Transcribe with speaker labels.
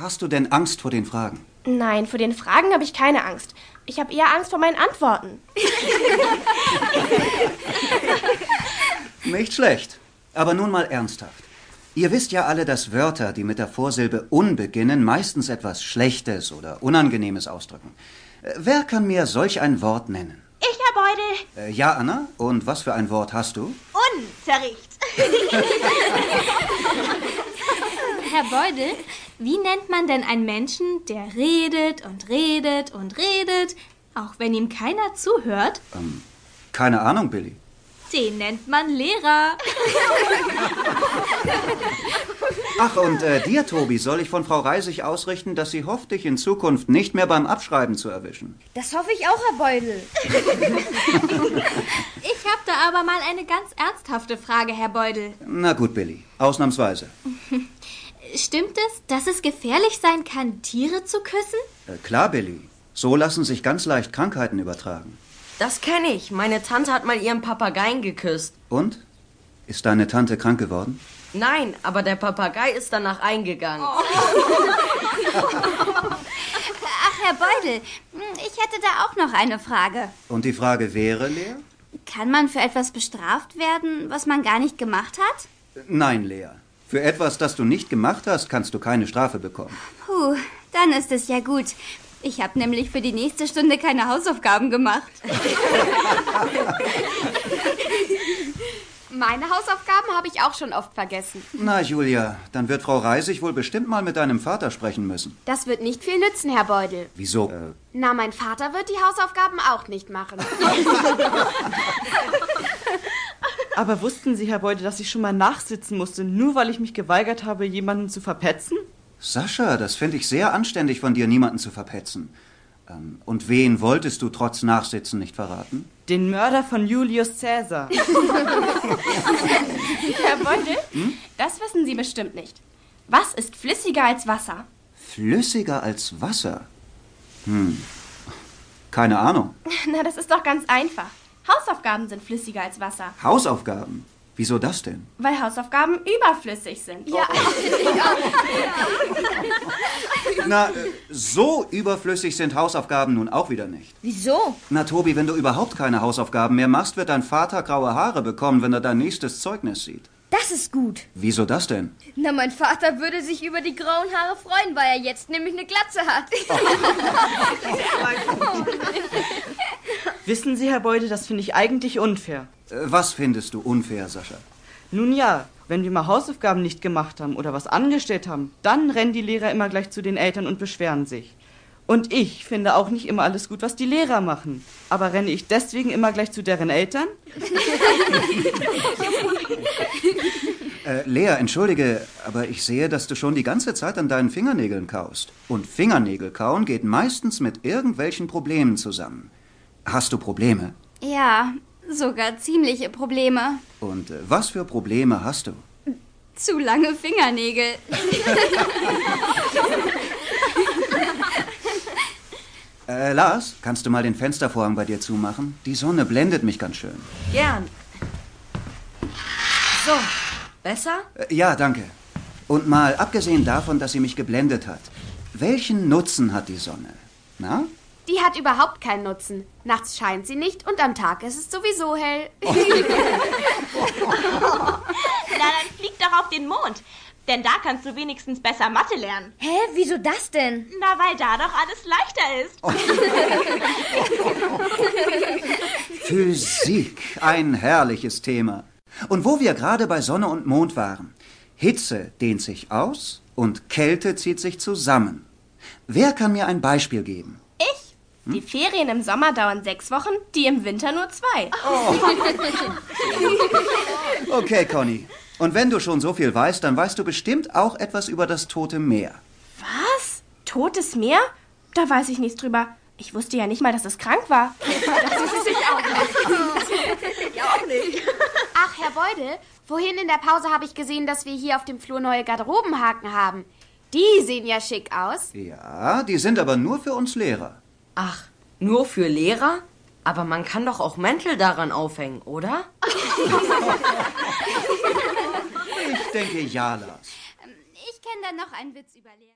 Speaker 1: Hast du denn Angst vor den Fragen?
Speaker 2: Nein, vor den Fragen habe ich keine Angst. Ich habe eher Angst vor meinen Antworten.
Speaker 1: Nicht schlecht. Aber nun mal ernsthaft. Ihr wisst ja alle, dass Wörter, die mit der Vorsilbe un beginnen, meistens etwas Schlechtes oder Unangenehmes ausdrücken. Äh, Wer kann mir solch ein Wort nennen?
Speaker 3: Ich, Herr Beutel.
Speaker 1: Äh, Ja, Anna? Und was für ein Wort hast du?
Speaker 3: Unzerricht.
Speaker 4: Herr Beudel, wie nennt man denn einen Menschen, der redet und redet und redet, auch wenn ihm keiner zuhört?
Speaker 1: Ähm, Keine Ahnung, Billy.
Speaker 4: Den nennt man Lehrer.
Speaker 1: Ach, und äh, dir, Tobi, soll ich von Frau Reisig ausrichten, dass sie hofft, dich in Zukunft nicht mehr beim Abschreiben zu erwischen.
Speaker 5: Das hoffe ich auch, Herr Beutel.
Speaker 4: Ich habe da aber mal eine ganz ernsthafte Frage, Herr Beudel.
Speaker 1: Na gut, Billy. Ausnahmsweise.
Speaker 4: Stimmt es, dass es gefährlich sein kann, Tiere zu küssen?
Speaker 1: Äh, klar, Billy. So lassen sich ganz leicht Krankheiten übertragen.
Speaker 6: Das kenne ich. Meine Tante hat mal ihren Papageien geküsst.
Speaker 1: Und? Ist deine Tante krank geworden?
Speaker 6: Nein, aber der Papagei ist danach eingegangen.
Speaker 7: Ach, Herr Beudel,
Speaker 4: hm,
Speaker 7: ich hätte da auch noch eine Frage.
Speaker 1: Und die Frage wäre, Lea?
Speaker 7: Kann man für etwas bestraft werden, was man gar nicht gemacht hat?
Speaker 1: Nein, Lea. Für etwas, das du nicht gemacht hast, kannst du keine Strafe bekommen.
Speaker 7: Puh, dann ist es ja gut. Ich habe nämlich für die nächste Stunde keine Hausaufgaben gemacht.
Speaker 2: Meine Hausaufgaben habe ich auch schon oft vergessen.
Speaker 1: Na, Julia, dann wird Frau Reisig wohl bestimmt mal mit deinem Vater sprechen müssen.
Speaker 2: Das wird nicht viel nützen, Herr Beutel.
Speaker 1: Wieso? Äh,
Speaker 2: Na, mein Vater wird die Hausaufgaben auch nicht machen.
Speaker 8: Aber wussten Sie, Herr Beutel, dass ich schon mal nachsitzen musste, nur weil ich mich geweigert habe, jemanden zu verpetzen?
Speaker 1: Sascha, das finde ich sehr anständig von dir, niemanden zu verpetzen. Ähm, und wen wolltest du trotz Nachsitzen nicht verraten?
Speaker 8: Den Mörder von Julius Caesar.
Speaker 2: Herr Beutel, das wissen Sie bestimmt nicht. Was ist flüssiger als Wasser?
Speaker 1: Flüssiger als Wasser? Hm. Keine Ahnung.
Speaker 2: Na, das ist doch ganz einfach. Hausaufgaben sind flüssiger als Wasser,
Speaker 1: Hausaufgaben. Wieso das denn?
Speaker 2: weil Hausaufgaben überflüssig sind. Oh. Ja.
Speaker 1: Na, äh, so überflüssig sind Hausaufgaben nun auch wieder nicht.
Speaker 5: Wieso?
Speaker 1: Na, Tobi, wenn du überhaupt keine Hausaufgaben mehr machst, wird dein Vater graue Haare bekommen, wenn er dein nächstes Zeugnis sieht.
Speaker 5: Das ist gut.
Speaker 1: Wieso das denn?
Speaker 5: Na, mein Vater würde sich über die grauen Haare freuen, weil er jetzt nämlich eine Glatze hat.
Speaker 8: Wissen Sie, Herr Beutel, das finde ich eigentlich unfair.
Speaker 1: Äh, Was findest du unfair, Sascha?
Speaker 8: Nun ja, wenn wir mal Hausaufgaben nicht gemacht haben oder was angestellt haben, dann rennen die Lehrer immer gleich zu den Eltern und beschweren sich. Und ich finde auch nicht immer alles gut, was die Lehrer machen. Aber renne ich deswegen immer gleich zu deren Eltern?
Speaker 1: Äh, Lea, entschuldige, aber ich sehe, dass du schon die ganze Zeit an deinen Fingernägeln kaust. Und Fingernägel kauen geht meistens mit irgendwelchen Problemen zusammen. Hast du Probleme?
Speaker 7: Ja, sogar ziemliche Probleme.
Speaker 1: Und äh, was für Probleme hast du?
Speaker 7: Zu lange Fingernägel.
Speaker 1: Äh, Lars, kannst du mal den Fenstervorhang bei dir zumachen? Die Sonne blendet mich ganz schön.
Speaker 6: Gern. So, besser?
Speaker 1: Äh, Ja, danke. Und mal abgesehen davon, dass sie mich geblendet hat. Welchen Nutzen hat die Sonne? Na?
Speaker 2: Die hat überhaupt keinen Nutzen. Nachts scheint sie nicht und am Tag ist es sowieso hell.
Speaker 3: Na, dann flieg doch auf den Mond. Denn da kannst du wenigstens besser Mathe lernen.
Speaker 5: Hä, wieso das denn?
Speaker 3: Na, weil da doch alles leichter ist.
Speaker 1: Physik, ein herrliches Thema. Und wo wir gerade bei Sonne und Mond waren. Hitze dehnt sich aus und Kälte zieht sich zusammen. Wer kann mir ein Beispiel geben?
Speaker 2: Ich? Die Ferien im Sommer dauern sechs Wochen, die im Winter nur zwei.
Speaker 1: Okay, Conny. Und wenn du schon so viel weißt, dann weißt du bestimmt auch etwas über das Tote Meer.
Speaker 2: Was? Totes Meer? Da weiß ich nichts drüber. Ich wusste ja nicht mal, dass es krank war.
Speaker 9: Ach, Herr Beutel, vorhin in der Pause habe ich gesehen, dass wir hier auf dem Flur neue Garderobenhaken haben. Die sehen ja schick aus.
Speaker 1: Ja, die sind aber nur für uns Lehrer.
Speaker 6: Ach, nur für Lehrer? Aber man kann doch auch Mäntel daran aufhängen, oder?
Speaker 1: Ich denke ja, Lars.
Speaker 7: Ich kenne da noch einen Witz über Lehrer.